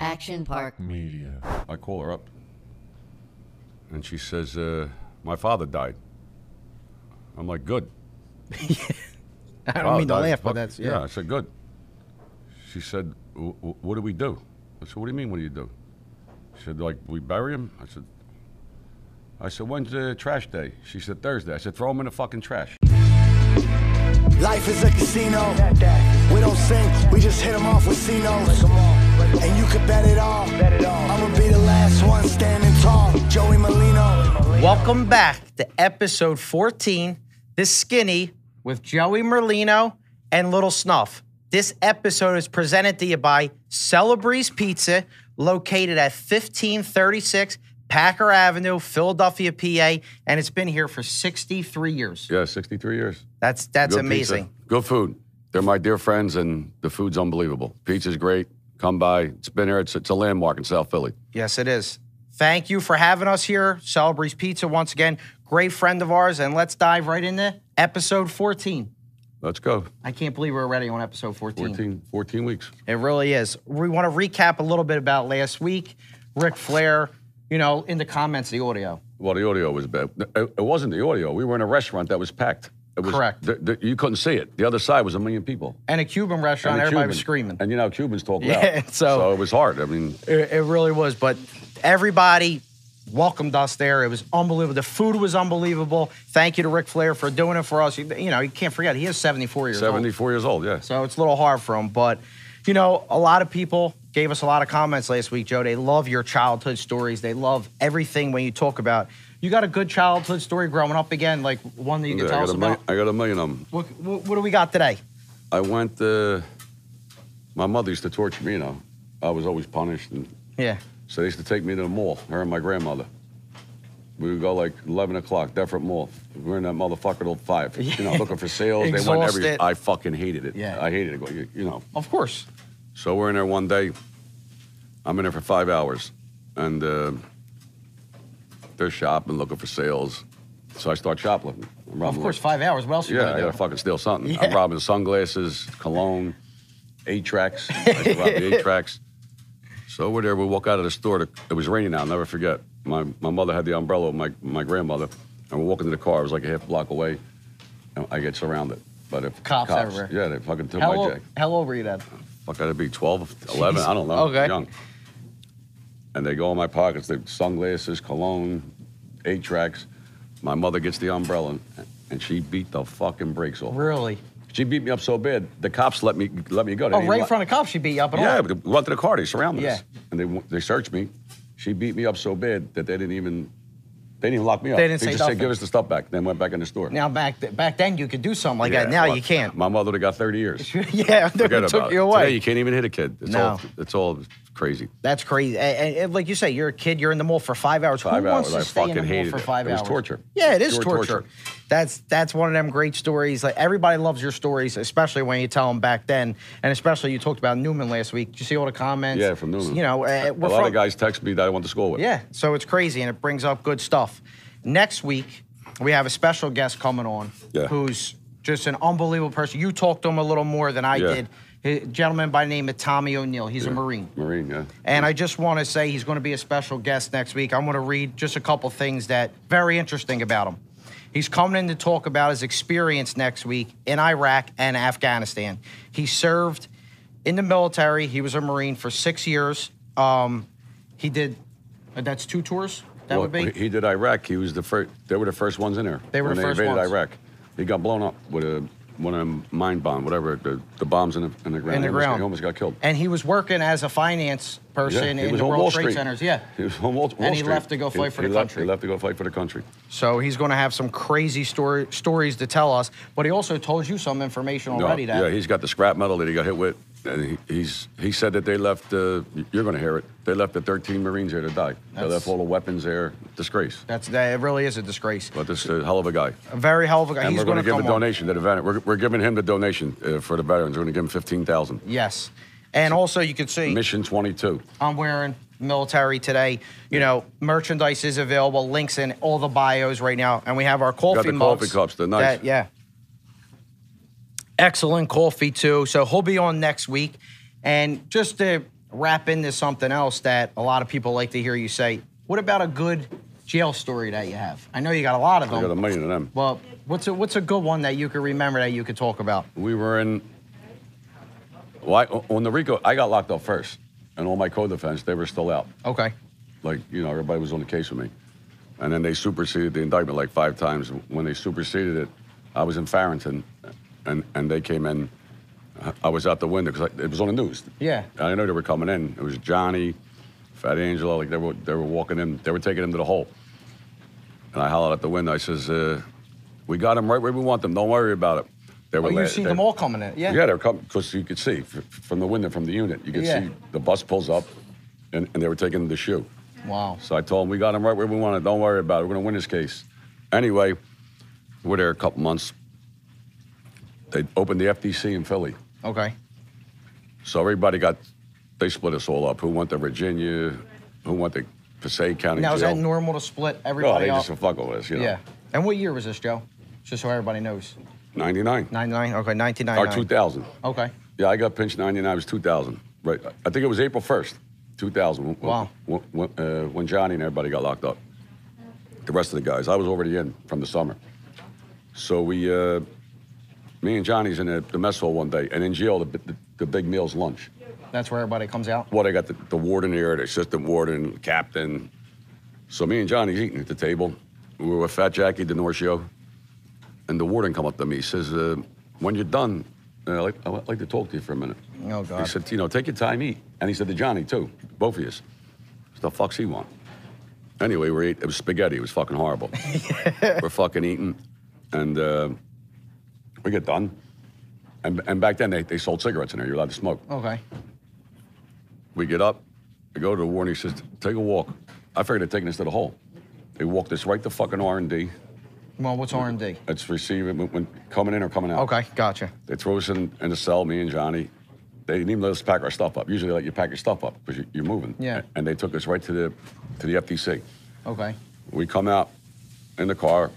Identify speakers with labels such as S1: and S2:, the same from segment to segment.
S1: Action Park.
S2: Media.
S3: I call her up, and she says, uh, "My father died." I'm like, "Good."
S4: I don't
S3: Wow,
S4: Oh, mean to
S3: that-
S4: laugh, but
S3: fuck-
S4: that's yeah.
S3: I said, good. She said, "Wh- wh- what do we do? I said, what do you mean, what do you do? She said, like, we bury him? I said, I said, when's the trash day? She said, Thursday. I said, throw him in the fucking trash.
S5: Life is a casino. We don't sink, we just hit 'em off with Cinos. And you can bet it all. I'ma be the last one standing tall. Joey Molino.
S4: Welcome back to episode 14, This Skinny with Joey Merlino and Little Snuff. This episode is presented to you by Celebreeze Pizza, located at 1536 Packer Avenue, Philadelphia, PA, and it's been here for 63 years.
S3: Yeah, 63 years.
S4: That's that's
S3: Good pizza,
S4: amazing.
S3: Good food. They're my dear friends, and the food's unbelievable. Pizza's great. Come by. It's been here. It's, it's a landmark in South Philly.
S4: Yes, it is. Thank you for having us here, Celebreeze Pizza once again, great friend of ours, and let's dive right into episode 14.
S3: Let's go.
S4: I can't believe we're already on episode 14.
S3: 14, 14 weeks.
S4: It really is. We want to recap a little bit about last week. Ric Flair, you know, in the comments, the audio.
S3: Well, the audio was bad. It, it wasn't the audio. We were in a restaurant that was packed. It was,
S4: Correct.
S3: th- th- you couldn't see it. The other side was a million people.
S4: And a Cuban restaurant,
S3: And a
S4: everybody was
S3: Cuban.
S4: screaming.
S3: And you know, Cubans talk loud.
S4: Yeah, so-
S3: it was hard. I mean,
S4: It, it really was. But everybody welcomed us there. It was unbelievable. The food was unbelievable. Thank you to Ric Flair for doing it for us. You, you know, you can't forget, he is 74 years old.
S3: 74 years old, yeah.
S4: So it's a little hard for them. But, you know, a lot of people gave us a lot of comments last week, Joe. They love your childhood stories. They love everything when you talk about. You got a good childhood story growing up again, like one that you
S3: Yeah,
S4: can
S3: I,
S4: tell
S3: got
S4: us
S3: a million,
S4: about.
S3: I got a million of them.
S4: What, what, what do we got today?
S3: I went, uh, my mother used to torture me, you know. I was always punished. And
S4: Yeah.
S3: so they used to take me to the mall, her and my grandmother. We would go like 11 o'clock, different mall. We were in that motherfucker till 5. You know, looking for sales. they went every.
S4: Exhausted.
S3: I fucking hated it.
S4: Yeah.
S3: I hated it. Go- You, you know.
S4: Of course.
S3: So we're in there one day. I'm in there for five hours, and uh, they're shopping, looking for sales. So I start shoplifting. I'm robbing
S4: Of course, five hours. What else you
S3: yeah, I
S4: gonna
S3: gotta
S4: do?
S3: fucking steal something. I'm
S4: Yeah.
S3: robbing sunglasses, cologne, eight tracks. I robbed the eight tracks. So we're there. We walk out of the store. to- It was raining out. I'll never forget. My my mother had the umbrella with my my grandmother, and we're walking to the car. It was like a half block away, and I get surrounded. But if
S4: Cops everywhere.
S3: Yeah, they fucking took
S4: How
S3: my
S4: old,
S3: jacket.
S4: how old were you then?
S3: Fuck, I'd be 12, 11, I don't know.
S4: Okay.
S3: Young. And they go in my pockets, they sunglasses, cologne, eight tracks. My mother gets the umbrella and, and she beat the fucking brakes off.
S4: Really?
S3: She beat me up so bad, the cops let me let me go. They
S4: Oh,
S3: didn't
S4: right
S3: let-
S4: in front of cops, she beat you up and
S3: Yeah,
S4: all.
S3: but they went to the car, they surrounded us.
S4: Yeah.
S3: And they w- they searched me. She beat me up so bad that they didn't even they didn't even lock me up.
S4: They didn't say
S3: just said,
S4: nothing.
S3: give us the stuff back. Then went back in the store.
S4: Now back th- back then you could do something like that.
S3: Yeah,
S4: Now
S3: well,
S4: you can't.
S3: My mother got 30 years.
S4: yeah, they
S3: Forget
S4: took
S3: about
S4: you
S3: it.
S4: away.
S3: Today you can't even hit a kid. It's
S4: No.
S3: all it's all crazy.
S4: That's crazy. And, and- and like you say, you're a kid. You're in the mall for five hours.
S3: Five
S4: Who wants
S3: hours.
S4: to
S3: I
S4: stay in
S3: fucking
S4: the mall
S3: hated
S4: for
S3: it.
S4: five
S3: It
S4: hours?
S3: was torture.
S4: Yeah, it is
S3: Pure
S4: torture.
S3: torture.
S4: That's that's one of them great stories. Like everybody loves your stories, especially when you tell them back then, and especially you talked about Newman last week. Did you see all the comments?
S3: Yeah, from Newman.
S4: You know, uh,
S3: a
S4: we're
S3: lot
S4: from,
S3: of guys text me that I went to school with.
S4: Yeah, so it's crazy, and it brings up good stuff. Next week, we have a special guest coming on,
S3: Yeah.
S4: who's just an unbelievable person. You talked to him a little more than I
S3: Yeah.
S4: did. A gentleman by the name of Tommy O'Neill. He's a Marine.
S3: Marine, yeah.
S4: And I just want to say he's going to be a special guest next week. I'm going to read just a couple things that very interesting about him. He's coming in to talk about his experience next week in Iraq and Afghanistan. He served in the military. He was a Marine for six years. Um, he did. uh, That's two tours. That
S3: Well,
S4: would be.
S3: he- He did Iraq. He was the first. They were the first ones in there.
S4: They were
S3: when
S4: the
S3: they
S4: first
S3: invaded
S4: ones.
S3: Iraq. He got blown up with a one of them mine bomb, whatever the, the bombs in the, in the ground.
S4: in
S3: He
S4: the
S3: almost-
S4: ground.
S3: he almost got killed.
S4: And he was working as a finance
S3: Yeah,
S4: person
S3: he
S4: in
S3: was
S4: the
S3: on
S4: World
S3: Wall
S4: Trade
S3: Street.
S4: Centers. Yeah.
S3: He was on Wall, Wall
S4: And he
S3: Street.
S4: left to go
S3: He-
S4: fight for
S3: he
S4: the
S3: left-
S4: country.
S3: He left to go fight for the country.
S4: So he's going to have some crazy story, stories to tell us. But he also told you some information
S3: No,
S4: already. that
S3: yeah, he's got the scrap metal that he got hit with. And he, he's he said that they left. Uh, you're going to hear it. They left the 13 Marines here to die. they
S4: That's-
S3: left all the weapons there. Disgrace.
S4: That's that. It really is a disgrace.
S3: But this is a hell of a guy.
S4: A very hell of a guy.
S3: And
S4: He's
S3: we're going to
S4: gonna
S3: give a
S4: come on.
S3: donation to the veteran. We're, we're giving him the donation uh, for the veterans. We're going to give him fifteen thousand.
S4: Yes, and also you can see
S3: Mission twenty two.
S4: I'm wearing military today. You know, merchandise is available. Links in all the bios right now, and we have our coffee
S3: Got the
S4: mugs
S3: coffee cups. They're nice.
S4: that- yeah, excellent coffee too. So he'll be on next week, and just to wrap into something else that a lot of people like to hear you say. What about a good jail story that you have? I know you got a lot of
S3: I got a
S4: them.
S3: million of them.
S4: Oh. Well, what's a, what's a good one that you can remember that you could talk about?
S3: we were in. Well, I, on the Rico, I got locked up first, and all my co-defense they were still out.
S4: Okay.
S3: Like you know, everybody was on the case with me, and then they superseded the indictment like five times. When they superseded it, I was in Farrington, and and they came in. I- I was out the window because it was on the news.
S4: Yeah.
S3: I didn't know they were coming in. It was Johnny, Fat Angelo. Like they were they were walking in. They were taking him to the hole. And I hollered at the window. I says, uh, "We got him right where we want them. Don't worry about it." They were.
S4: Well,
S3: la-
S4: you've Oh, seen
S3: they-
S4: them all coming in. Yeah.
S3: yeah, they're coming because you could see f- from the window from the unit. You could
S4: Yeah.
S3: see the bus pulls up, and, and they were taking the shoe.
S4: Wow.
S3: So I told them we got him right where we wanted. Don't worry about it. We're gonna win this case. Anyway, we're there a couple months. They opened the FDC in Philly,
S4: Okay.
S3: so everybody got. They split us all up. Who went to Virginia? Who went to Passaic County
S4: Now,
S3: Jail?
S4: is that normal to split
S3: no,
S4: everybody
S3: they
S4: up?
S3: just fuck with us. You know,
S4: Yeah. And what year was this, Joe? Just so everybody knows.
S3: 99
S4: 99? Okay,
S3: or
S4: 1999.
S3: 2000.
S4: Okay.
S3: Yeah, I got pinched 99. It was 2000. Right. I think it was April 1st, 2000. when-
S4: Wow.
S3: When, when, uh, when Johnny and everybody got locked up. The rest of the guys. I was already in from the summer. So we, uh, me and Johnny's in the, the mess hall one day, and in jail, the, the, the big meal's lunch.
S4: That's where everybody comes out.
S3: Well, they got the, the warden here, the assistant warden, captain. So me and Johnny's eating at the table. We were with Fat Jackie DiNorcio, and the warden come up to me. He says, uh, "When you're done, uh, I'd, like, I'd like to talk to you for a minute."
S4: Oh, God.
S3: He said, "You know, take your time, eat." And he said to Johnny too, both of you. What the fuck's he want? Anyway, we ate. It was spaghetti. It was fucking horrible. we're fucking eating, and uh, we get done. And, and back then they, they sold cigarettes in there. You're allowed to smoke.
S4: Okay.
S3: We get up, I go to the warden. He says, "Take a walk." I figured they'd taken us to the hole. They walked us right to fucking R and D.
S4: Well, what's R&D?
S3: That's receiving when, when coming in or coming out.
S4: Okay, gotcha.
S3: They throw us in, in the cell, me and Johnny. They didn't even let us pack our stuff up. Usually, they let you pack your stuff up because you, you're moving.
S4: Yeah.
S3: And they took us right to the to the FTC.
S4: Okay.
S3: We come out in the car.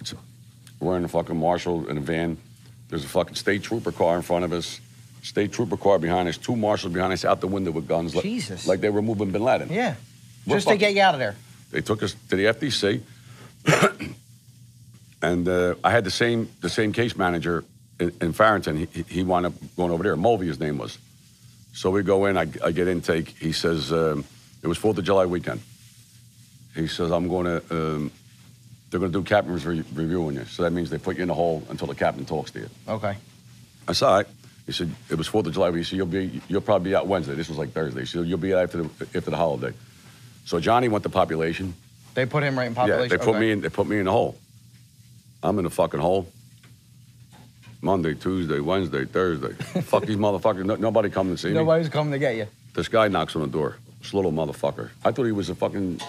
S3: It's, we're in a fucking marshal in a van. There's a fucking state trooper car in front of us. State trooper car behind us. Two marshals behind us out the window with guns. like-
S4: Jesus.
S3: Like, they were moving Bin Laden.
S4: Yeah.
S3: We're
S4: Just to
S3: fucking-
S4: get you out of there.
S3: They took us to the FTC, and uh, I had the same the same case manager in, in Farrington. He, he- he wound up going over there. Mulvey, his name was. So we go in. I, I get intake. He says um, it was Fourth of July weekend. He says I'm going to. Um, they're going to do captain's re- review on you. So that means they put you in the hole until the captain talks to you.
S4: Okay.
S3: I said, all right. He said, it was 4th of July. He said, you'll, be, you'll probably be out Wednesday. This was like Thursday. He said, you'll be out after the, after the holiday. So Johnny went to population.
S4: They put him right in population.
S3: Yeah, they put
S4: okay.
S3: me in. They put me in the hole. I'm in the fucking hole. Monday, Tuesday, Wednesday, Thursday. Fuck these motherfuckers. No, nobody come and see me.
S4: Nobody's coming to get you.
S3: This guy knocks on the door. This little motherfucker. I thought he was a fucking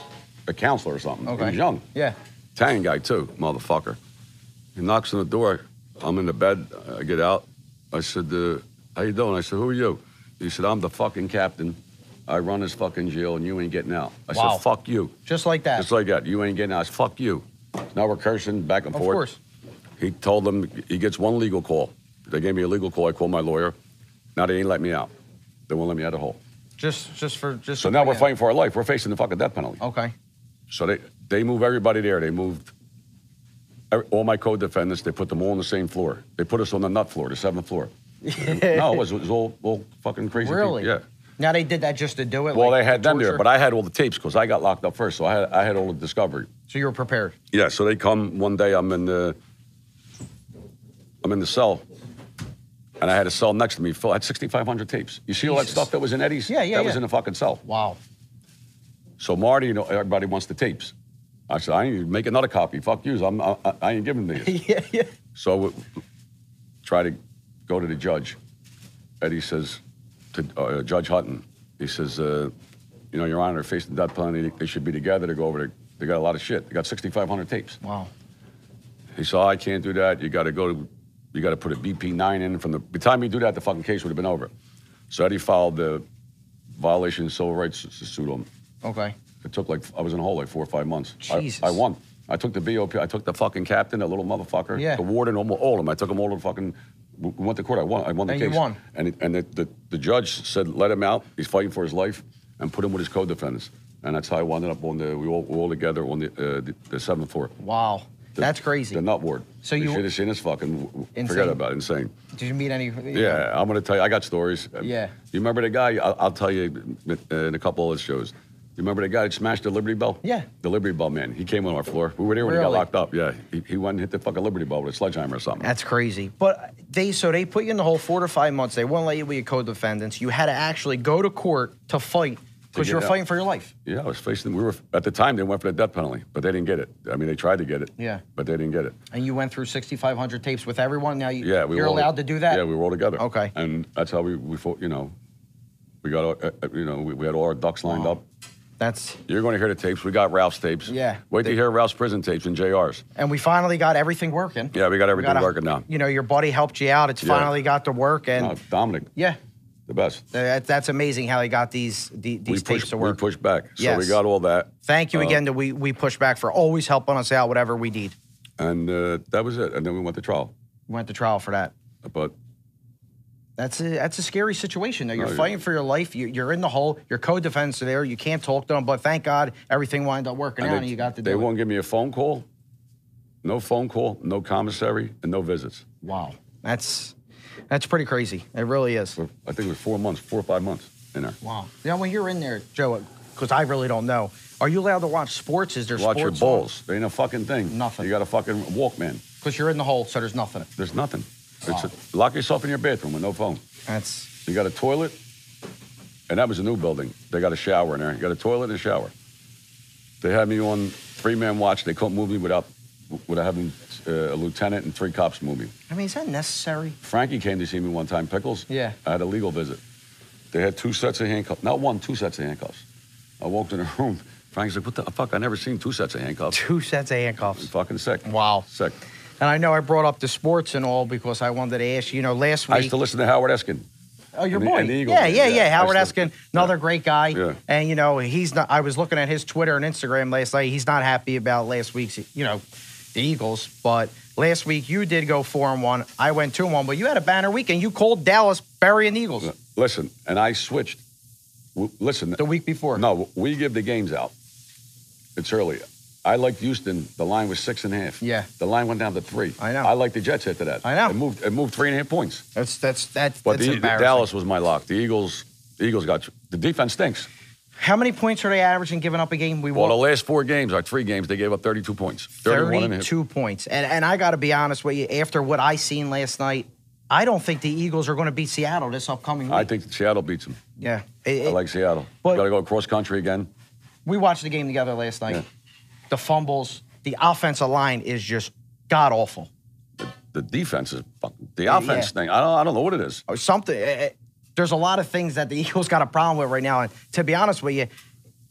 S3: a counselor or something.
S4: Okay.
S3: He was young.
S4: Yeah.
S3: Italian guy too, motherfucker. He knocks on the door. I'm in the bed. I get out. I said, uh, "How you doing?" I said, "Who are you?" He said, "I'm the fucking captain. I run this fucking jail, and you ain't getting out." I
S4: Wow.
S3: said, "Fuck you."
S4: Just like that.
S3: It's like that. You ain't getting us. Fuck you. Now we're cursing back and
S4: of
S3: forth.
S4: course.
S3: He told them he gets one legal call. They gave me a legal call. I called my lawyer. Now they ain't let me out. They won't let me out of the hole.
S4: Just just for just
S3: So
S4: for-
S3: now we're
S4: yeah.
S3: fighting for our life. We're facing the fucking death penalty.
S4: Okay.
S3: So they, they move everybody there. They moved every- all my co-defendants. They put them all on the same floor. They put us on the nut floor, the seventh floor. no, it was, it was all, all fucking crazy. people.
S4: Really?
S3: Yeah.
S4: Now they did that just to do it.
S3: Well,
S4: like,
S3: they had
S4: to
S3: them there,
S4: torture?
S3: but I had all the tapes because I got locked up first. So I had, I had all the discovery.
S4: so you were prepared.
S3: Yeah, so they come one day. I'm in the I'm in the cell, and I had a cell next to me. Phil I had 6,500 tapes. You see all that
S4: Jesus.
S3: stuff that was in Eddie's?
S4: Yeah, yeah,
S3: That was
S4: yeah.
S3: in the fucking cell.
S4: Wow.
S3: So Marty, you know, everybody wants the tapes. I said, I ain't make another copy. Fuck you. I'm, I, I ain't giving them to you.
S4: yeah, yeah.
S3: so we try to go to the judge. Eddie says to uh, Judge Hutton, he says, uh, you know, Your Honor, facing death penalty, they should be together to go over. To, they got a lot of shit. They got 6,500 tapes.
S4: Wow.
S3: He said, "Oh, I can't do that. You got to go to, you got to put a BP9 in. From the, by the time you do that, the fucking case would have been over. So Eddie filed the violation of civil rights s- suit on. me.
S4: Okay.
S3: It took like, I was in the hole like four or five months. I-
S4: Jesus.
S3: I, won. I took the BOP, I took the fucking captain, that little motherfucker,
S4: Yeah.
S3: the warden, almost all of them. I took them all to the fucking we went to court. I won. I won the
S4: And you
S3: case.
S4: won.
S3: And it- and the, the the judge said, let him out. He's fighting for his life, and put him with his co-defendants. And that's how I wound up on the. We all, we all together on the, uh, the the seventh floor.
S4: Wow.
S3: The-
S4: That's crazy.
S3: The nut ward.
S4: So you-
S3: should have seen this fucking.
S4: Insane.
S3: Forget about it. Insane.
S4: Did you meet any?
S3: Yeah, I'm gonna tell you. I got stories.
S4: Yeah.
S3: You remember the guy? I'll, I'll tell you uh, in a couple of his shows. You remember the guy that smashed the Liberty Bell?
S4: Yeah.
S3: The Liberty Bell man. He came on our floor. We were there when he got
S4: Really?
S3: locked up. Yeah. He, he went and hit the fucking Liberty Bell with a sledgehammer or something.
S4: That's crazy. But they so they put you in the hole four to five months. They wouldn't let you be a co-defendants. You had to actually go to court to fight
S3: get
S4: because you were
S3: out.
S4: fighting for your life.
S3: yeah, I was facing. We were at the time they went for the death penalty, but they didn't get it. I mean, they tried to get it.
S4: Yeah.
S3: But they didn't get it.
S4: And you went through 6,500 tapes with everyone. Now you,
S3: Yeah, we
S4: you're
S3: were all-
S4: allowed to do that.
S3: Yeah, we were all together.
S4: Okay.
S3: And that's how we we fought. You know, we got our, uh, uh, you know we, we had all our ducks lined
S4: Wow.
S3: up.
S4: That's
S3: You're going to hear the tapes. We got Ralph's tapes.
S4: Yeah.
S3: Wait
S4: They-
S3: to hear Ralph's prison tapes and JR's.
S4: and we finally got everything working.
S3: Yeah, we got everything
S4: a-
S3: working now.
S4: You know, your buddy helped you out. It's
S3: Yeah.
S4: finally got to work, and
S3: No, Dominic,
S4: yeah,
S3: the best.
S4: that, that's amazing how he got these the, these
S3: we
S4: tapes
S3: pushed,
S4: to work.
S3: We pushed back. So
S4: Yes.
S3: we got all that.
S4: Thank you
S3: Uh,
S4: again to we we push back for always helping us out whatever we need.
S3: And uh, that was it. And then we went to trial.
S4: We went to trial for that.
S3: But
S4: That's a that's a scary situation. Though you're
S3: Oh, yeah.
S4: fighting for your life. You, you're in the hole. Your co-defendants are there. You can't talk to them. But thank God everything wound up working
S3: and
S4: out, and you got to do
S3: they
S4: it.
S3: won't give me a phone call. No phone call, no commissary, and no visits.
S4: Wow, that's that's pretty crazy. It really is.
S3: For, I think it was four months, four or five months in there.
S4: Wow. Now when you're in there, Joe, because I really don't know. Are you allowed to watch sports? Is there
S3: Watch your
S4: sports?
S3: balls. There ain't a fucking thing.
S4: Nothing.
S3: You got a fucking Walkman.
S4: Because you're in the hole, so there's nothing.
S3: There's nothing. It's
S4: Wow.
S3: lock yourself in your bathroom with no phone.
S4: That's
S3: You got a toilet, and that was a new building. They got a shower in there. You got a toilet and a shower. They had me on three man watch. They couldn't move me without without having uh, a lieutenant and three cops move me.
S4: I mean, is that necessary?
S3: Frankie came to see me one time. Pickles.
S4: Yeah.
S3: I had a legal visit. They had two sets of handcuffs. Not one, two sets of handcuffs. I walked in the room. Frankie's like, "What the fuck? I never seen two sets of handcuffs."
S4: Two sets of
S3: I'm
S4: handcuffs.
S3: fucking sick.
S4: Wow.
S3: Sick.
S4: And I know I brought up the sports and all because I wanted to ask you, you know, last week.
S3: I used to listen to Howard Eskin.
S4: Oh, your
S3: And the-
S4: boy.
S3: and the Eagles
S4: yeah,
S3: did,
S4: yeah,
S3: yeah.
S4: yeah. Howard
S3: That's the-
S4: Eskin, another great guy.
S3: Yeah.
S4: And you know, he's not I was looking at his Twitter and Instagram last night. He's not happy about last week's, you know, the Eagles, but last week you did go 4 and 1. I went 2 and 1, but you had a banner weekend. You called Dallas burying the Eagles
S3: Listen, and I switched. W- Listen,
S4: the week before.
S3: No, we give the games out. It's early. I liked Houston. The line was six and a half.
S4: Yeah.
S3: The line went down to three.
S4: I know.
S3: I like the Jets after that.
S4: I know.
S3: It moved. It moved three and a half points.
S4: That's that's that's,
S3: But
S4: that's
S3: the,
S4: embarrassing.
S3: Dallas was my lock. The Eagles. The Eagles got the defense stinks.
S4: How many points are they averaging giving up a game? We
S3: Well, the
S4: won
S3: last four games, our three games, they gave up 32 points. 31 and a half.
S4: 32 points. And and I got to be honest with you, after what I seen last night, I don't think the Eagles are going to beat Seattle this upcoming week.
S3: I think Seattle beats them.
S4: yeah. It-
S3: I
S4: it-
S3: like Seattle.
S4: But-
S3: Got to go cross country again.
S4: we watched the game together last night.
S3: Yeah.
S4: The fumbles, the offensive line is just god awful.
S3: The defense is fucking. The offense
S4: yeah.
S3: thing. I don't. I don't know what it is.
S4: Or something. eh, eh, there's a lot of things that the Eagles got a problem with right now. And to be honest with you,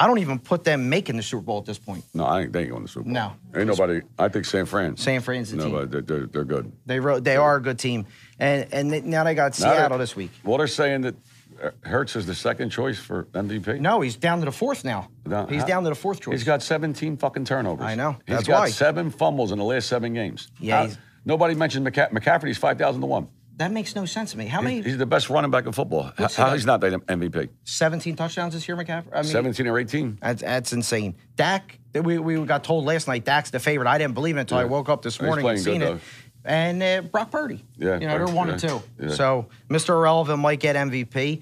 S4: I don't even put them making the Super Bowl at this point.
S3: No, I think they ain't going to Super Bowl.
S4: No.
S3: Ain't nobody. I think San Fran.
S4: San Fran's the
S3: no,
S4: team.
S3: but they're, they're, they're good.
S4: They wrote, they are a good team, and and they- now they got
S3: Now they're-
S4: Seattle this week.
S3: Well, they're saying that uh, Hertz is the second choice for MVP.
S4: No, he's down to the fourth now.
S3: No,
S4: he's
S3: how-
S4: down to the fourth choice.
S3: He's got 17 fucking turnovers.
S4: I know.
S3: He's
S4: That's
S3: got
S4: why.
S3: seven fumbles in the last seven games.
S4: Yeah,
S3: How-
S4: he's-
S3: nobody mentioned McCa- McCafferty's 5,000 to 1.
S4: that makes no sense to me. How
S3: He's-
S4: many?
S3: He's the best running back in football. How,
S4: What's he
S3: how
S4: got?
S3: he's not the MVP?
S4: 17 touchdowns this year, McCaffrey. I mean,
S3: 17 or 18?
S4: That's, that's insane. Dak, we, we got told last night Dak's the favorite. I didn't believe it until I
S3: Yeah.
S4: woke up this
S3: He's
S4: morning and seen
S3: playing
S4: it.
S3: good,
S4: And uh, Brock Purdy.
S3: Yeah,
S4: You know, they're
S3: Purdy,
S4: one and
S3: yeah,
S4: two.
S3: yeah.
S4: So Mr. Irrelevant might get MVP.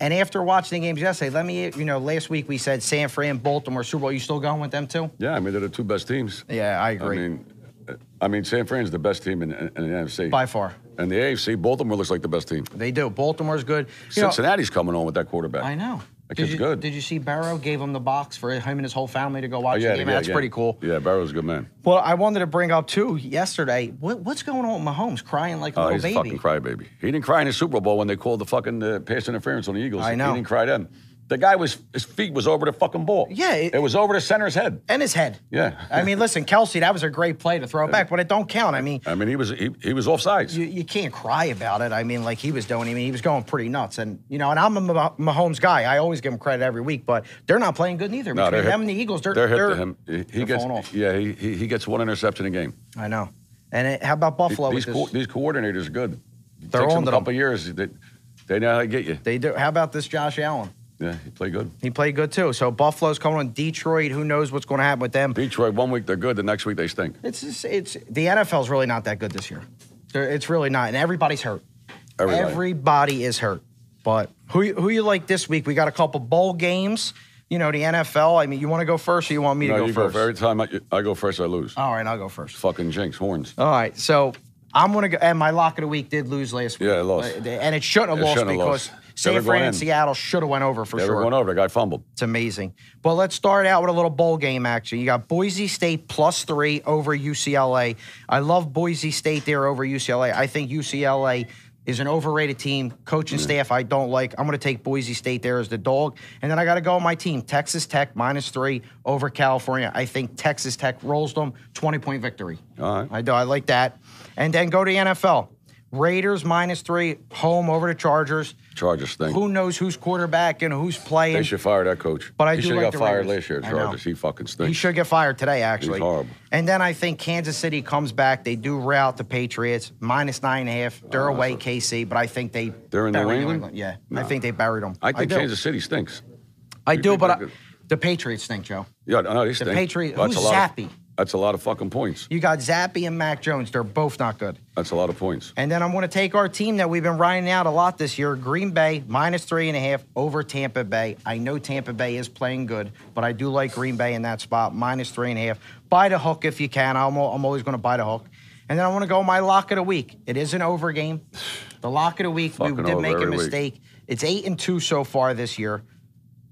S4: And after watching the games yesterday, let me, you know, last week we said San Fran, Baltimore, Super Bowl. You still going with them too?
S3: Yeah, I mean, they're the two best teams.
S4: Yeah, I
S3: I
S4: agree.
S3: mean, uh, I mean, San Fran's the best team in, in, in the NFC.
S4: By far.
S3: And the AFC, Baltimore looks like the best team.
S4: They do. Baltimore's good. You know,
S3: Cincinnati's coming on with that quarterback.
S4: I know.
S3: That
S4: did
S3: kid's
S4: you,
S3: good.
S4: Did you see Barrow gave him the box for him and his whole family to go watch
S3: Oh, yeah,
S4: the game?
S3: yeah,
S4: That's
S3: yeah.
S4: pretty cool.
S3: Yeah, Barrow's a good man.
S4: Well, I wanted to bring up too yesterday. What, what's going on with Mahomes crying like a
S3: Oh,
S4: little
S3: he's
S4: baby?
S3: a fucking crybaby. He didn't cry in the Super Bowl when they called the fucking uh, pass interference on the Eagles.
S4: I know.
S3: He didn't cry then. The guy was his feet was over the fucking ball.
S4: Yeah, it-
S3: it, was over the center's head.
S4: and his head.
S3: Yeah.
S4: I mean, listen, Kelsey, that was a great play to throw it back, but it don't count. I mean,
S3: I mean, he was he, he was offsides.
S4: you, you can't cry about it. I mean, like he was doing. I mean, he was going pretty nuts, and you know, and I'm a Mah- Mahomes guy. I always give him credit every week, but they're not playing good neither. Between
S3: hip-
S4: them and the Eagles, they're
S3: they're hip
S4: they're,
S3: to him. He- He
S4: they're
S3: gets
S4: falling off.
S3: yeah he, he he gets one interception a game.
S4: I know. And it, how about Buffalo?
S3: These
S4: with
S3: co-
S4: this?
S3: these coordinators are good.
S4: They're
S3: takes them
S4: on to
S3: a
S4: them.
S3: couple years. They, they know how to get you.
S4: They do. How about this Josh Allen?
S3: Yeah, you play good.
S4: He played good too. So Buffalo's coming on Detroit. Who knows what's going to happen with them?
S3: Detroit, one week they're good, the next week they stink.
S4: It's just, it's the NFL's really not that good this year. They're- It's really not, and everybody's hurt.
S3: Everybody.
S4: Everybody is hurt. But who you- who you like this week? We got a couple bowl games. You know the NFL. I mean, you want to go first, or you want me to
S3: No,
S4: go
S3: you
S4: first? Uh,
S3: Every time I, I go first, I lose.
S4: All right, I'll go first.
S3: Fucking jinx, horns.
S4: All right, so I'm gonna go. And my lock of the week did lose last week.
S3: Yeah, it lost.
S4: Uh, And it shouldn't have
S3: It
S4: lost
S3: shouldn't have
S4: because
S3: lost. They
S4: San
S3: were
S4: Fran
S3: going
S4: and
S3: in.
S4: Seattle should have went over for
S3: They
S4: sure.
S3: were going over. The guy fumbled.
S4: It's amazing. But let's start out with a little bowl game action. You got Boise State plus three over UCLA. I love Boise State there over UCLA. I think UCLA is an overrated team.
S3: Mm-hmm.
S4: Coaching staff I don't like. I'm going to take Boise State there as the dog. And then I got to go on my team, Texas Tech minus three over California. I think Texas Tech rolls them 20 point victory.
S3: All right.
S4: I do. I like that. And then go to the NFL. Raiders minus three home over the Chargers.
S3: Chargers stink.
S4: Who knows who's quarterback and who's playing?
S3: They should fire that coach.
S4: But I
S3: he
S4: do
S3: should
S4: like
S3: have
S4: the
S3: got fired
S4: Raiders.
S3: last year.
S4: I know.
S3: Chargers. He fucking stinks.
S4: He should get fired today, actually.
S3: horrible.
S4: And then I think Kansas City comes back. They do rout the Patriots, minus nine and a half. They're
S3: Oh,
S4: away,
S3: that's
S4: KC, but I think they.
S3: They're in New
S4: buried
S3: England?
S4: Yeah, I
S3: Nah.
S4: think they buried them.
S3: I think
S4: do.
S3: Kansas City stinks.
S4: I
S3: you
S4: do,
S3: think
S4: but I,
S3: they're good?
S4: the Patriots think, Joe.
S3: Yeah, no, they
S4: The
S3: stink.
S4: Patriot-
S3: That's
S4: who's
S3: a lot
S4: Zappy?
S3: Of, that's a lot of fucking points.
S4: You got Zappi and Mac Jones. They're both not good.
S3: That's a lot of points.
S4: And then I'm going to take our team that we've been riding out a lot this year Green Bay, minus three and a half over Tampa Bay. I know Tampa Bay is playing good, but I do like Green Bay in that spot, minus three and a half. Buy the hook if you can. I'm, al- I'm always going to buy the hook. And then I want to go my lock of the week. It is an over game. The lock of the week, we
S3: Fucking
S4: did
S3: over
S4: make a
S3: every week.
S4: mistake. It's eight and two so far this year.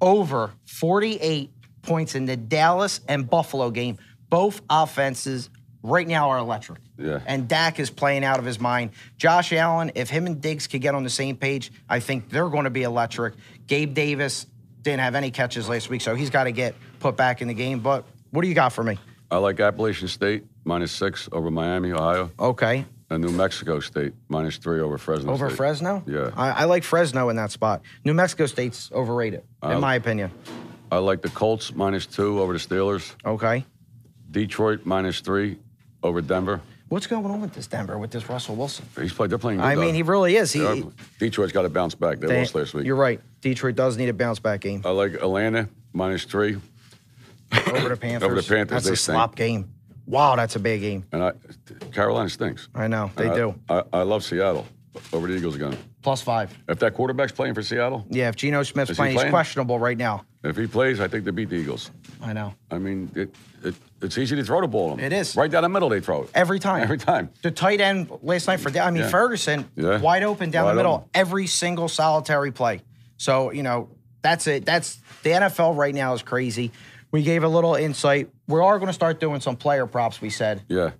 S4: Over 48 points in the Dallas and Buffalo game. Both offenses right now are electric.
S3: Yeah.
S4: And Dak is playing out of his mind. Josh Allen, if him and Diggs could get on the same page, I think they're going to be electric. Gabe Davis didn't have any catches last week, so he's got to get put back in the game. But what do you got for me?
S3: I like Appalachian State minus six over Miami, Ohio,
S4: Okay.
S3: and New Mexico State minus three over Fresno.
S4: Over
S3: State.
S4: Fresno?
S3: Yeah.
S4: I, I like Fresno in that spot. New Mexico State's overrated, in
S3: I'll-
S4: my opinion.
S3: I like the Colts minus two over the Steelers.
S4: Okay.
S3: Detroit minus three over Denver.
S4: What's going on with this Denver, with this Russell Wilson?
S3: He's played. They're playing. Good,
S4: I mean, he
S3: though.
S4: really is. He,
S3: They are- Detroit's got to bounce back. They,
S4: they-
S3: lost last week.
S4: You're right. Detroit does need a bounce back game
S3: I like Atlanta minus three,
S4: over the Panthers.
S3: Panthers,
S4: That's
S3: they
S4: a
S3: stink.
S4: slop game. Wow, that's a big game.
S3: and I, Carolina stinks.
S4: I know they
S3: And I-
S4: do.
S3: I, I love Seattle over the Eagles again.
S4: Plus five.
S3: If that quarterback's playing for Seattle,
S4: Yeah, if Geno Smith's
S3: Is he
S4: playing, he's
S3: playing?
S4: questionable right now.
S3: if he plays, I think they beat the Eagles.
S4: I know.
S3: I mean, it, it it's easy to throw the ball. to 'em.
S4: It is.
S3: right down the middle. They throw it
S4: Every time.
S3: Every time.
S4: The tight end last night for I mean
S3: Yeah.
S4: Ferguson,
S3: Yeah.
S4: wide open down the
S3: Wide
S4: middle,
S3: open.
S4: every single solitary play. So you know that's it. That's the NFL right now is crazy. We gave a little insight. We are going to start doing some player props. We said,
S3: Yeah.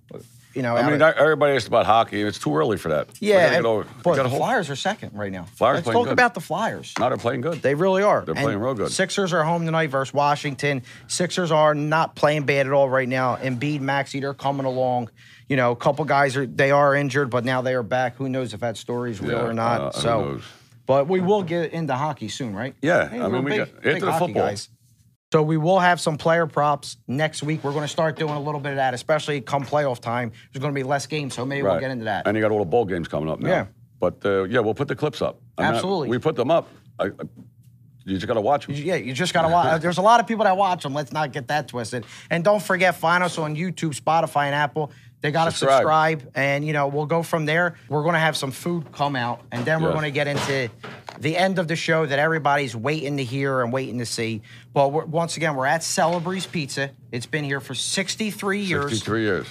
S4: you know,
S3: I
S4: out
S3: mean,
S4: of-
S3: not- everybody asks about hockey, and it's too early for that. We
S4: yeah.
S3: gotta get
S4: and-
S3: over- we
S4: but
S3: gotta
S4: the
S3: hold-
S4: Flyers are second right now.
S3: Flyers
S4: Let's
S3: playing
S4: talk
S3: good.
S4: about the Flyers.
S3: Now they're playing good.
S4: They really are.
S3: They're playing real good.
S4: Sixers are home tonight versus Washington. Sixers are not playing bad at all right now. Embiid, Maxey, they're coming along. You know, a couple guys are they are injured, but now they are back. Who knows if that story's real
S3: Yeah,
S4: or not?
S3: uh, who
S4: so,
S3: knows?
S4: but we will get into hockey soon, right?
S3: Yeah,
S4: Hey,
S3: I
S4: we're
S3: mean, we
S4: big-
S3: got-
S4: big
S3: into the
S4: hockey
S3: football.
S4: So we will have some player props next week. We're going to start doing a little bit of that, especially come playoff time. There's going to be less games, so maybe we'll
S3: Right.
S4: get into that.
S3: And you got all the bowl games coming up now.
S4: Yeah.
S3: But uh, yeah, we'll put the clips up. I mean,
S4: Absolutely.
S3: we put them up. I, I, you just got to watch them.
S4: Yeah, you just gotta watch. There's a lot of people that watch them. Let's not get that twisted. And don't forget, find us on YouTube, Spotify, and Apple. They gotta subscribe,
S3: Subscribe.
S4: and you know we'll go from there. We're gonna have some food come out, and then we're
S3: Yes.
S4: gonna get into the end of the show that everybody's waiting to hear and waiting to see. But we're, once again, we're at Celebrity's Pizza. It's been here for 63 years.
S3: 63 years.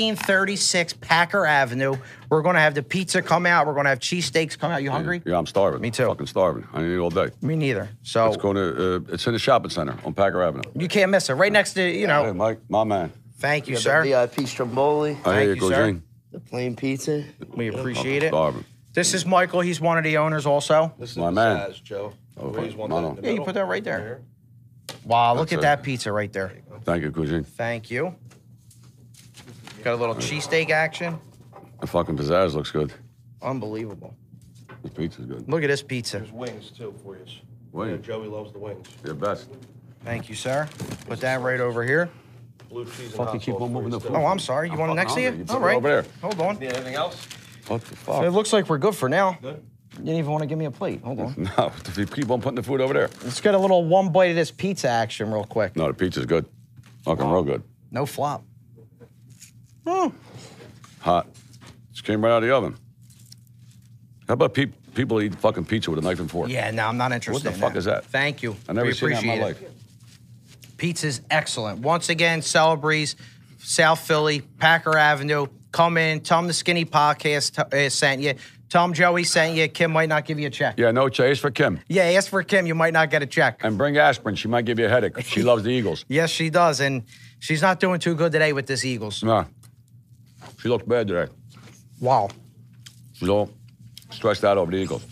S4: 1536 Packer Avenue. We're gonna have the pizza come out. We're gonna have cheesesteaks come out. You hungry?
S3: Yeah, I'm starving.
S4: Me too.
S3: Fucking starving. I need it all day.
S4: Me neither. So
S3: It's going to. Uh, it's in the shopping center on Packer Avenue.
S4: you can't miss it. Right next to you know.
S3: Hey, Mike, my man.
S4: Thank you,
S1: Got
S4: sir.
S1: the VIP Stromboli,
S3: I hear
S4: you,
S3: you, go
S4: sir.
S3: Gene.
S1: the plain pizza.
S4: We appreciate it.
S3: Starving.
S4: This is Michael. He's one of the owners also.
S2: This is
S3: My
S2: the
S3: man.
S2: size, Joe.
S3: Oh,
S2: We just want
S3: my
S2: that in
S3: man.
S2: the
S4: Yeah, you
S2: middle.
S4: put that right there. Wow, look
S3: That's
S4: at
S3: it.
S4: that pizza right there.
S3: Thank you, Cuisine.
S4: Thank you. Got a little cheesesteak action.
S3: The fucking pizzazz looks good.
S4: Unbelievable.
S3: The pizza's good.
S4: Look at this pizza.
S2: There's wings too for you.
S3: Wings.
S2: Yeah, Joey loves the wings.
S3: Your best.
S4: Thank you, sir. Put that right over here.
S2: Blue cheese and
S3: Fucking
S2: hot
S3: keep
S2: sauce
S3: on
S2: for
S3: moving
S2: you
S3: the
S2: still.
S3: food.
S4: Oh, I'm sorry. You
S3: I'm
S4: want it
S3: fucking
S4: next to you?
S3: hungry. You put
S4: All
S3: it
S4: right.
S3: over there.
S4: Hold on.
S2: Need anything else?
S3: What the
S4: It
S3: fuck?
S4: looks like we're good for now. You
S2: Good.
S4: didn't even want to give me a plate. Hold on.
S3: No, if you keep on putting the food over there.
S4: Let's get a little one bite of this pizza action real quick.
S3: No, the pizza's good. Fucking real good.
S4: No flop.
S3: Hot. Just came right out of the oven. How about pe- people that eat fucking pizza with a knife and fork?
S4: Yeah, no, I'm not interested.
S3: the
S4: in
S3: fuck is that?
S4: Thank you.
S3: I never
S4: we
S3: seen that in my
S4: appreciate it.
S3: life.
S4: Pizza's excellent. Once again, Celebrities, South Philly, Packer Avenue. Come in. Tell them the Skinny Podcast t- uh, sent you. Tell them Joey sent you. Kim might not give you a check.
S3: Yeah, no chase for Kim.
S4: Yeah, ask for Kim. You might not get a check.
S3: And bring aspirin. She might give you a headache. She loves the Eagles.
S4: yes, she does. And she's not doing too good today with this Eagles.
S3: Nah. She looks bad today.
S4: Wow.
S3: She's all stressed out over the Eagles.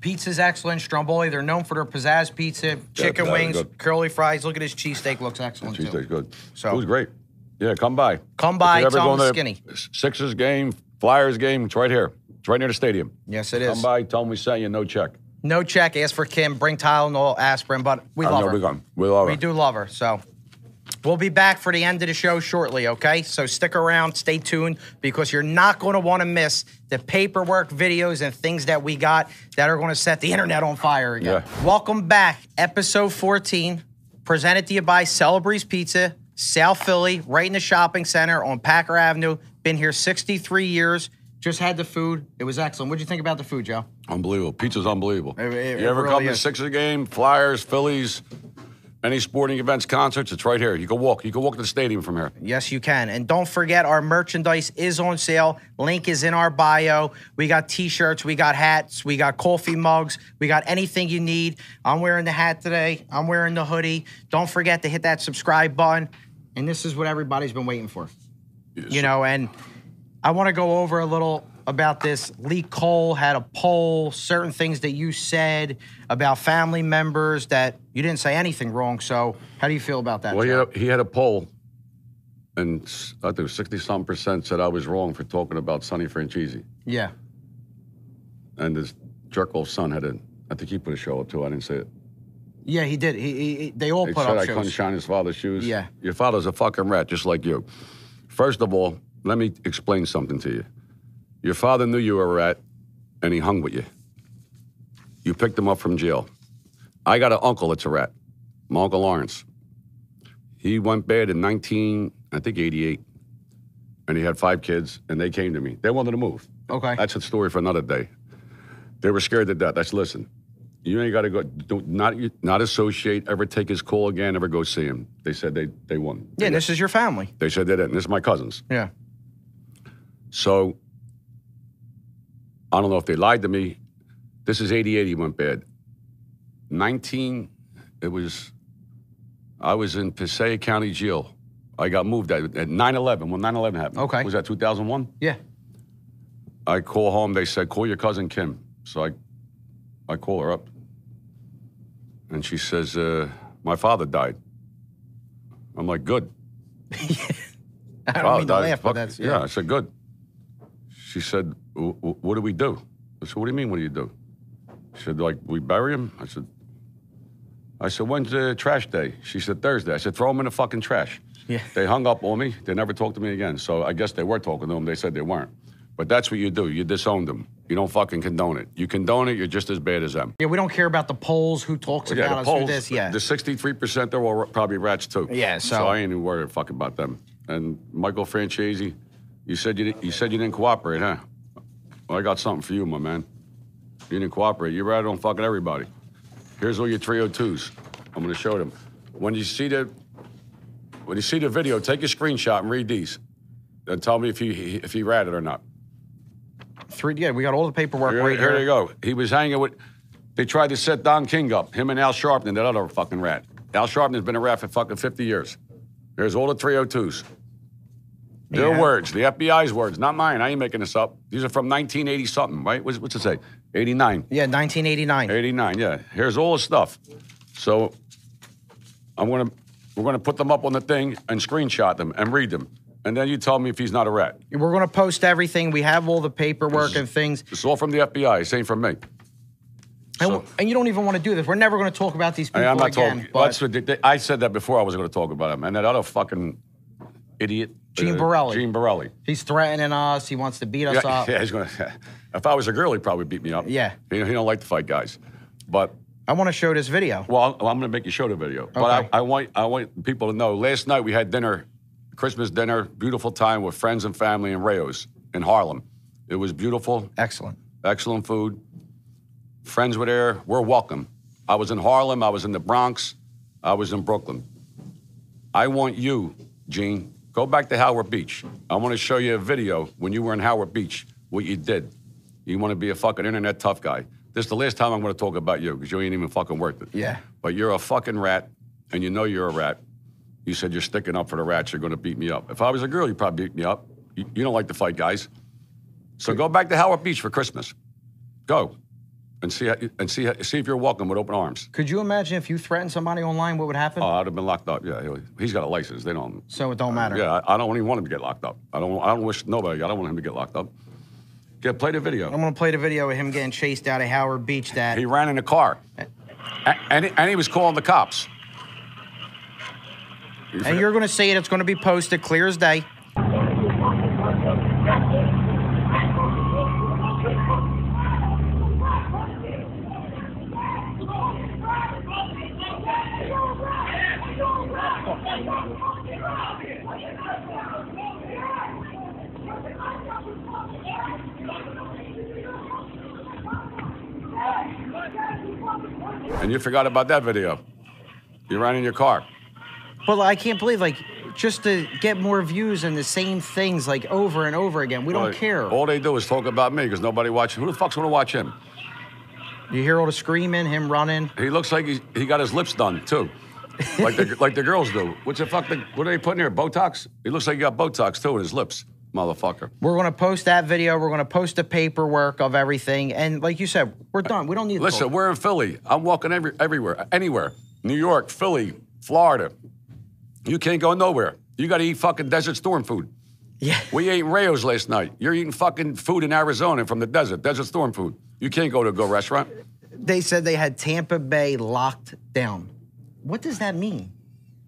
S4: Pizza's excellent. Stromboli, they're known for their pizzazz pizza, chicken
S3: pizzazz is
S4: wings,
S3: good.
S4: curly fries. Look at his cheesesteak. Looks excellent, too.
S3: Tuesday's good.
S4: So-
S3: it was great. Yeah, come by.
S4: Come
S3: If
S4: by,
S3: you're ever
S4: Tom
S3: going to
S4: Skinny.
S3: Sixers game, Flyers game. It's right here. It's right near the stadium.
S4: Yes, it
S3: Come
S4: is.
S3: by. Tell them we sent you no check.
S4: No check. Ask for Kim. Bring Tylenol, aspirin, but we
S3: I
S4: love
S3: know
S4: her.
S3: we're going. We love
S4: We
S3: her.
S4: do love her. So we'll be back for the end of the show shortly, okay? So stick around, stay tuned, because you're not going to want to miss the paperwork, videos, and things that we got that are going to set the internet on fire again.
S3: Yeah.
S4: Welcome back, episode 14, presented to you by Celebrity's Pizza, South Philly, right in the shopping center on Packer Avenue. Been here 63 years. Just had the food. It was excellent. What'd you think about the food, Joe?
S3: Unbelievable. Pizza's unbelievable.
S4: It- it-
S3: you
S4: it
S3: ever
S4: really
S3: come to
S4: is.
S3: Sixers game, Flyers, Phillies, any sporting events, concerts? It's right here. You can walk. You can walk to the stadium from here.
S4: Yes, you can. And don't forget, our merchandise is on sale. Link is in our bio. We got t-shirts, we got hats, we got coffee mugs, we got anything you need. I'm wearing the hat today. I'm wearing the hoodie. Don't forget to hit that subscribe button. And this is what everybody's been waiting for. You know, and I want to go over a little about this. Lee Cole had a poll, certain things that you said about family members that you didn't say anything wrong. So, how do you feel about that?
S3: Well, he
S4: Joe?
S3: had a, he had a poll, and s- I think sixty some percent said I was wrong for talking about Sonny Franchisi.
S4: yeah.
S3: and his jerk off son had a. I think he put a show up too. I didn't say it.
S4: Yeah, he did. He, he, he- they all
S3: They
S4: put
S3: said
S4: up
S3: I
S4: shows.
S3: couldn't shine his father's shoes.
S4: Yeah.
S3: Your father's a fucking rat, just like you. First of all, let me explain something to you. Your father knew you were a rat, and he hung with you. You picked him up from jail. I got an uncle that's a rat, my uncle Lawrence. He went bad in 19, I think 88, and he had five kids, and they came to me. They wanted to move.
S4: Okay.
S3: That's a story for another day. They were scared to death. I said, listen, you ain't got to go. Do not not associate. Ever take his call again. Ever go see him. They said they they won.
S4: yeah, and this is your family.
S3: They said they didn't. This is my cousins.
S4: Yeah.
S3: So I don't know if they lied to me. This is 88 he went bad. 19, it was, I was in Passaic County Jail. I got moved at, at 9-11, when 9-11 happened.
S4: Okay.
S3: Was that 2001?
S4: Yeah.
S3: I call home. They said, call your cousin Kim. So I, I call her up. And she says, uh, my father died. I'm like, good.
S4: I
S3: Oh,
S4: don't mean to
S3: that-
S4: laugh,
S3: fuck-
S4: but that's yeah.
S3: I said, good. She said, "W- w- what do we do? I said, what do you mean, what do you do? She said, like, we bury him? I said, I said, when's the trash day? She said, Thursday. I said, throw him in the fucking trash.
S4: Yeah.
S3: They hung up on me. They never talked to me again. So I guess they were talking to him. They said they weren't. But that's what you do. You disown them. You don't fucking condone it. You condone it, you're just as bad as them.
S4: Yeah, we don't care about the polls, who talks
S3: Yeah,
S4: about
S3: the
S4: us,
S3: polls,
S4: who this. Yeah.
S3: the 63%, they're all ra- probably rats too.
S4: Yeah, so-
S3: I ain't even worried fucking about them. And Michael Franchese, you said you, didn't, you said you didn't cooperate, huh? Well, I got something for you, my man. You didn't cooperate. You ratted on fucking everybody. Here's all your 302s. I'm gonna show them. When you see the when you see the video, take a screenshot and read these. And tell me if he if he ratted or not.
S4: Three. Yeah, we got all the paperwork
S3: Here,
S4: right
S3: here
S4: here.
S3: you go. He was hanging with. They tried to set Don King up. Him and Al Sharpton, that other fucking rat. Al Sharpton's been a rat for fucking 50 years. There's all the 302s. Their
S4: Yeah.
S3: words, the FBI's words, not mine. I ain't making this up. These are from 1980 something, right? What's, what's it say? 89.
S4: Yeah, 1989.
S3: 89, yeah. Here's all the stuff. So I'm gonna we're gonna put them up on the thing and screenshot them and read them. And then you tell me if he's not a rat.
S4: We're gonna post everything. We have all the paperwork and things,
S3: It's all from the FBI, same from me.
S4: and,
S3: so-
S4: and you don't even want to do this. We're never gonna talk about these people
S3: I, am not
S4: again.
S3: talking.
S4: but
S3: that's what they- I said that before. I was going to talk about him, and that other fucking idiot. Uh,
S4: Gene Borelli.
S3: Gene Borelli.
S4: He's threatening us. He wants to beat us
S3: Yeah,
S4: up.
S3: yeah, he's gonna, if I was a girl, he'd probably beat me up.
S4: Yeah.
S3: He, he don't like to fight guys. But,
S4: I want to show this video.
S3: well, I'm going to make you show the video. But
S4: Okay.
S3: I, I, want, I want people to know last night we had dinner, Christmas dinner, beautiful time with friends and family in Rayos in Harlem. It was beautiful,
S4: Excellent.
S3: excellent food. Friends were there. We're welcome. I was in Harlem. I was in the Bronx. I was in Brooklyn. I want you, Gene, go back to Howard Beach. I want to show you a video when you were in Howard Beach, what you did. You want to be a fucking internet tough guy. This is the last time I'm going to talk about you because you ain't even fucking worth it.
S4: Yeah.
S3: But you're a fucking rat, and you know you're a rat. You said you're sticking up for the rats. You're going to beat me up. If I was a girl, you'd probably beat me up. You, you don't like to fight guys. So go back to Howard Beach for Christmas. Go and see how, and see how, see if you're welcome with open arms.
S4: Could you imagine if you threatened somebody online, what would happen?
S3: Oh, I'd have been locked up. Yeah, he- he's got a license. They don't.
S4: so it don't matter.
S3: Yeah, I, I don't even want him to get locked up. I don't. I don't wish nobody. I don't want him to get locked up. Get play the video.
S4: I'm gonna play the video of him getting chased out of Howard Beach. That
S3: He ran in a car, A- and he, and he was calling the cops.
S4: and you're gonna see it. It's gonna be posted clear as day.
S3: And you forgot about that video. You ran in your car.
S4: But like, I can't believe like just to get more views and the same things like over and over again. We don't
S3: Like,
S4: care.
S3: All they do is talk about me because nobody watches. Who the fuck's gonna watch him?
S4: You hear all the screaming, him running.
S3: He looks like he, he got his lips done too, like the, like the girls do. What's the fuck? The, what are they putting here? Botox? He looks like he got Botox too in his lips, motherfucker.
S4: We're gonna post that video. We're gonna post the paperwork of everything. And like you said, we're done. We don't need. to
S3: Listen,
S4: talk.
S3: we're in Philly. I'm walking every, everywhere, anywhere. New York, Philly, Florida. You can't go nowhere. You got to eat fucking Desert Storm food.
S4: yeah.
S3: We ate Rayos last night. You're eating fucking food in Arizona from the desert, Desert Storm food. You can't go to a go restaurant.
S4: They said they had Tampa Bay locked down. What does that mean?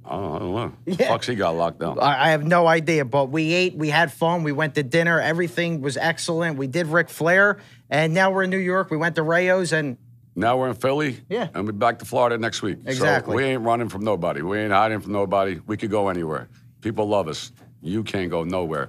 S3: Oh, I don't know.
S4: Yeah.
S3: Fucks, he got locked down.
S4: I I have no idea, but we ate, we had fun, we went to dinner, everything was excellent. We did Ric Flair, and now we're in New York. We went to Rayo's, and
S3: Now we're in Philly.
S4: Yeah.
S3: And we're back to Florida next week.
S4: Exactly.
S3: So we ain't running from nobody. We ain't hiding from nobody. We could go anywhere. People love us. You can't go nowhere.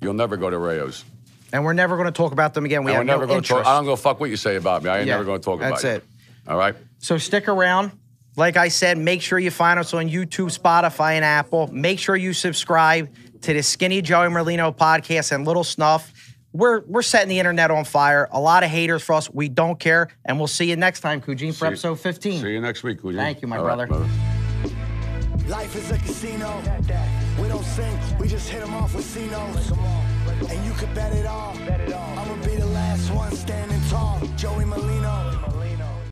S3: You'll never go to Rayos.
S4: and we're never going to talk about them again. We
S3: And
S4: have
S3: we're never
S4: no
S3: going to
S4: interest.
S3: talk. I don't go fuck what you say about me. I ain't
S4: Yeah,
S3: never going to talk about
S4: that's
S3: you.
S4: it.
S3: All right?
S4: So stick around. Like I said, make sure you find us on YouTube, Spotify, and Apple. Make sure you subscribe to the Skinny Joey Merlino podcast and Little Snuff. We're we're setting the internet on fire. A lot of haters for us. We don't care, and we'll see you next time, Kujin, for
S3: you-
S4: episode 15.
S3: See you next week, will you?
S4: Hmm. Thank you, my
S3: All right,
S4: brother.
S5: Life is a casino. We don't sink, we just hit 'em off with C-notes. And you can bet it all.